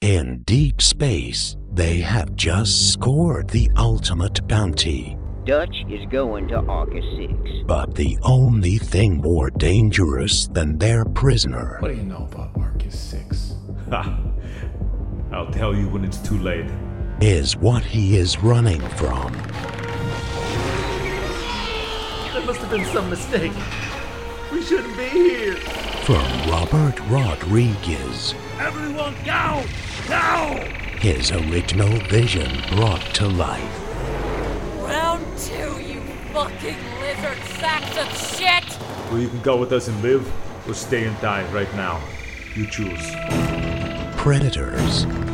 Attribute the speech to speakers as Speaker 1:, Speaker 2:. Speaker 1: In deep space, they have just scored the ultimate bounty.
Speaker 2: Dutch is going to August 6.
Speaker 1: But the only thing more dangerous than their prisoner
Speaker 3: What do you know about Arcus 6?
Speaker 4: Ha! I'll tell you when it's too late.
Speaker 1: is what he is running from.
Speaker 5: There must have been some mistake. We shouldn't be here.
Speaker 1: From Robert Rodriguez.
Speaker 5: Everyone down! Down!
Speaker 1: His original vision brought to life.
Speaker 6: Round two, you fucking lizard sacks of shit!
Speaker 4: Well, you can go with us and live, or stay and die right now. You choose.
Speaker 1: Predators,